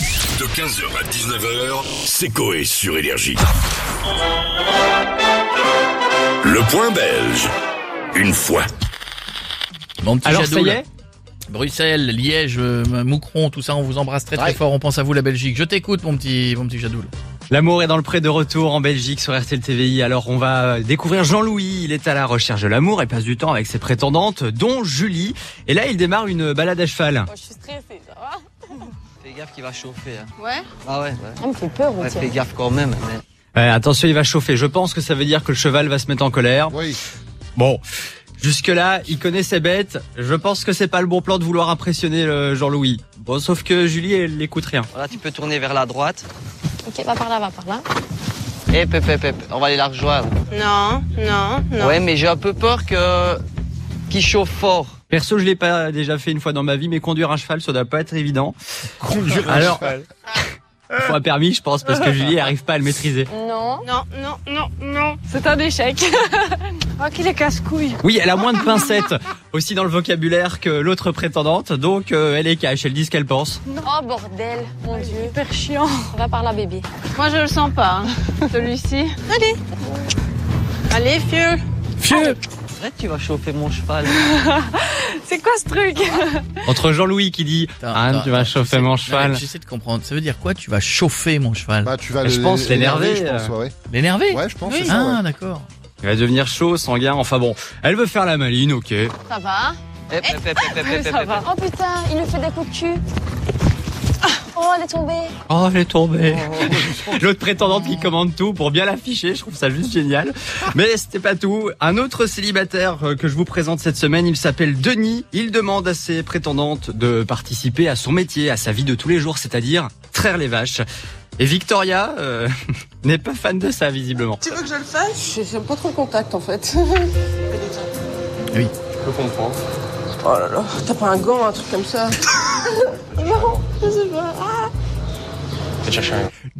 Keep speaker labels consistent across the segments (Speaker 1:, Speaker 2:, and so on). Speaker 1: De 15h à 19h, c'est Coé sur Énergie. Le point belge. Une fois.
Speaker 2: Mon petit
Speaker 3: Alors
Speaker 2: Jadot,
Speaker 3: ça y
Speaker 2: là.
Speaker 3: est
Speaker 2: Bruxelles, Liège, euh, Moucron, tout ça, on vous embrasse très très
Speaker 4: Ouais.
Speaker 2: fort. On pense à vous, la Belgique. Je t'écoute, mon petit, mon petit Jadoul.
Speaker 3: L'amour est dans le pré de retour en Belgique sur RTL TVI. Alors on va euh, découvrir Jean-Louis. Il est à la recherche de l'amour et passe du temps avec ses prétendantes, dont Julie. Et là, il démarre une balade à cheval.
Speaker 5: Moi, je suis stressée, ça va
Speaker 6: Fais gaffe qu'il va chauffer. hein.
Speaker 5: Ouais
Speaker 6: Ah ouais, ouais.
Speaker 5: Elle me fait peur, on
Speaker 6: Ouais, fais gaffe quand même. mais-
Speaker 3: Ouais, attention, il va chauffer. Je pense que ça veut dire que le cheval va se mettre en colère.
Speaker 4: Oui.
Speaker 3: Bon. Jusque-là, il connaît ses bêtes. Je pense que c'est pas le bon plan de vouloir impressionner euh, Jean-Louis. Bon, sauf que Julie, elle n'écoute rien.
Speaker 6: Voilà, tu peux tourner vers la droite.
Speaker 5: Ok, va par là, va par là.
Speaker 6: Et pep, pep, pep. On va aller la rejoindre.
Speaker 5: Non, non, non.
Speaker 6: Ouais, mais j'ai un peu peur que. qu'il chauffe fort.
Speaker 3: Perso, je l'ai pas déjà fait une fois dans ma vie, mais conduire un cheval, ça doit pas être évident. Conduire un cheval. Faut un permis, je pense, parce que Julie arrive pas à le maîtriser.
Speaker 5: Non, non, non, non, non. C'est un échec. oh, qu'il est casse-couille.
Speaker 3: Oui, elle a moins de pincettes aussi dans le vocabulaire que l'autre prétendante, donc euh, elle est cash, elle dit ce qu'elle pense.
Speaker 5: Oh, bordel, mon dieu.
Speaker 7: Super chiant.
Speaker 5: Va par là, bébé.
Speaker 7: Moi, je le sens pas, hein, celui-ci. Allez. Allez, fieux.
Speaker 6: C'est vrai que tu vas chauffer mon cheval.
Speaker 7: C'est quoi ce truc
Speaker 3: Entre Jean-Louis qui dit
Speaker 2: Attends,
Speaker 3: Anne,
Speaker 2: attends,
Speaker 3: tu vas
Speaker 2: attends,
Speaker 3: chauffer
Speaker 2: j'essaie-
Speaker 3: mon
Speaker 2: Non,
Speaker 3: cheval.
Speaker 2: mais J'essaie de comprendre. Ça veut dire quoi Tu vas chauffer mon cheval
Speaker 4: Bah, tu vas
Speaker 3: Je
Speaker 4: le-
Speaker 3: pense l'énerver, euh.
Speaker 4: je pense, ouais, ouais.
Speaker 2: L'énerver
Speaker 4: Ouais, je pense, c'est ça,
Speaker 2: Ah,
Speaker 4: ouais.
Speaker 2: d'accord.
Speaker 3: Il va devenir chaud, sanguin, enfin bon. Elle veut faire la maline, ok.
Speaker 7: Ça va
Speaker 6: Eh, pep, pep, pep, pep, pep,
Speaker 7: Ça
Speaker 6: pep.
Speaker 7: va.
Speaker 5: Oh putain, il lui fait des coups de cul. Oh, elle est tombée.
Speaker 3: Oh, elle est tombée. L'autre prétendante qui commande tout pour bien l'afficher, je trouve ça juste génial. Mais c'était pas tout. Un autre célibataire euh, que je vous présente cette semaine, il s'appelle Denis. Il demande à ses prétendantes de participer à son métier, à sa vie de tous les jours, c'est-à-dire traire les vaches. Et Victoria euh, n'est pas fan de ça visiblement.
Speaker 8: Tu veux que je le fasse
Speaker 9: J'ai- J'aime pas trop le contact en fait.
Speaker 3: Je peux comprendre.
Speaker 9: Oh là là, t'as pas un gant, un truc comme ça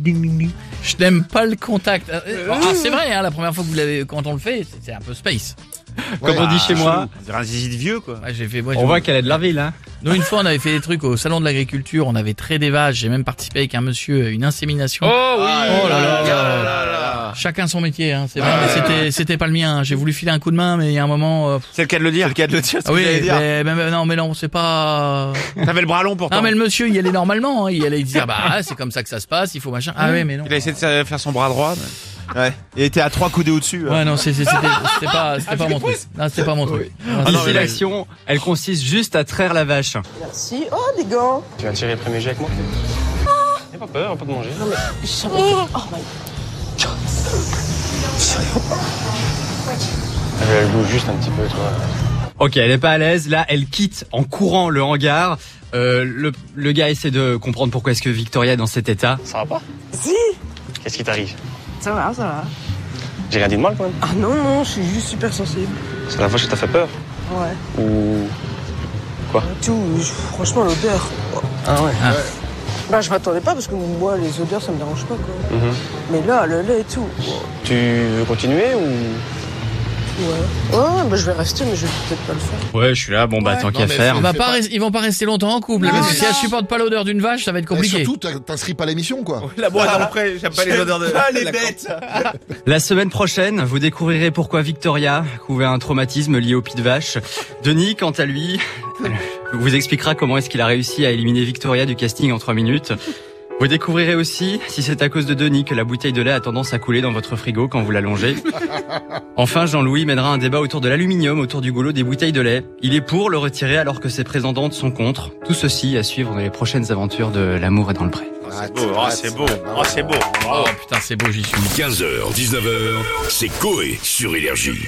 Speaker 2: Je n'aime pas le contact. Ah, euh, ah, c'est vrai, hein, la première fois que vous l'avez, quand on le fait, c'est- c'est un peu space.
Speaker 3: Comme
Speaker 4: Ah,
Speaker 3: on dit
Speaker 10: Ah,
Speaker 3: chez moi,
Speaker 2: Ouais, j'ai fait. ouais,
Speaker 3: on
Speaker 2: je-
Speaker 3: voit qu'elle est de la ville. Hein.
Speaker 2: Nous, une fois, on avait fait des trucs au salon de l'agriculture. On avait très des vaches. J'ai même participé avec un monsieur à une insémination.
Speaker 3: Oh oui.
Speaker 2: Oh là là. Chacun son métier, hein, c'est vrai. mais c'était, c'était pas le mien. hein. J'ai voulu filer un coup de main, mais il y a un moment. euh,
Speaker 10: C'est le cas de le dire, le cas de le dire.
Speaker 2: Ah oui, mais, mais- mais non, mais non, c'est pas.
Speaker 10: T'avais le bras long pourtant.
Speaker 2: Non, mais le monsieur, il allait normalement. hein. Il allait dire, bah, ah, c'est comme ça que ça se passe. Il faut machin. Ah oui, mais non.
Speaker 10: Il a essayé de se- faire son bras droit. mais- Ouais. Il était à trois coudées au-dessus. hein. Ah,
Speaker 2: Ouais, non, c'est- c'est- c'était, c'était pas, c'était pas mon truc. Non, c'était pas mon truc. Non,
Speaker 3: Ici,
Speaker 2: c'est- c'est-
Speaker 3: l'action, elle consiste juste à traire la vache.
Speaker 9: Merci. Oh, des gants Tu vas tirer les premiers jets avec moi N'aie pas peur, pas de manger. Non Ah mais, j'en ai- oh my Ah,
Speaker 3: Ok, elle est pas à l'aise. Là, elle quitte en courant le hangar. Euh, le, le gars essaie de comprendre pourquoi est-ce que Victoria est dans cet état.
Speaker 6: Qu'est-ce qui t'arrive
Speaker 9: Ça va, ça va.
Speaker 6: J'ai rien dit de mal quand même.
Speaker 9: Ah non, non, je suis juste super sensible.
Speaker 6: C'est la fois que t'as fait peur.
Speaker 9: Ouais.
Speaker 6: Ou.
Speaker 9: Tout, je- franchement, l'odeur.
Speaker 6: Ah ouais.
Speaker 9: Bah, je m'attendais pas parce que moi, les odeurs, ça me dérange pas quoi. Mais là, le lait et tout.
Speaker 6: Mhm. Tu veux continuer ou.
Speaker 9: Ouais. Ouais, bah, je vais rester, mais je vais peut-être pas le faire.
Speaker 3: Ouais, je suis là. Bon, bah, tant qu'à
Speaker 4: mais
Speaker 3: faire.
Speaker 2: On va
Speaker 4: C'est
Speaker 2: pas
Speaker 4: pas-
Speaker 2: res- ils vont pas rester longtemps en couple.
Speaker 7: Non,
Speaker 2: parce que si
Speaker 7: non.
Speaker 2: elle supporte pas l'odeur d'une vache, ça va être
Speaker 4: Et
Speaker 2: compliqué.
Speaker 4: surtout, t'in- t'inscris pas à l'émission, quoi.
Speaker 10: Là, bon, alors après, j'aime pas les odeurs de. Ah, les bêtes
Speaker 3: La semaine prochaine, vous découvrirez pourquoi Victoria couvait un traumatisme lié au pied de vache. Denis, quant à lui, vous expliquera comment est-ce qu'il a réussi à éliminer Victoria du casting en trois minutes. Vous découvrirez aussi si c'est à cause de Denis que la bouteille de lait a tendance à couler dans votre frigo quand vous l'allongez. Enfin, Jean-Louis mènera un débat autour de l'aluminium, autour du goulot des bouteilles de lait. Il est pour le retirer alors que ses prétendantes sont contre. Tout ceci à suivre dans les prochaines aventures de L'amour est dans le pré.
Speaker 4: Ah,
Speaker 10: C'est beau, oh, c'est beau, oh, c'est beau.
Speaker 2: Oh putain, c'est beau, j'y suis.
Speaker 1: 15h, 19h, c'est Coé sur Énergie.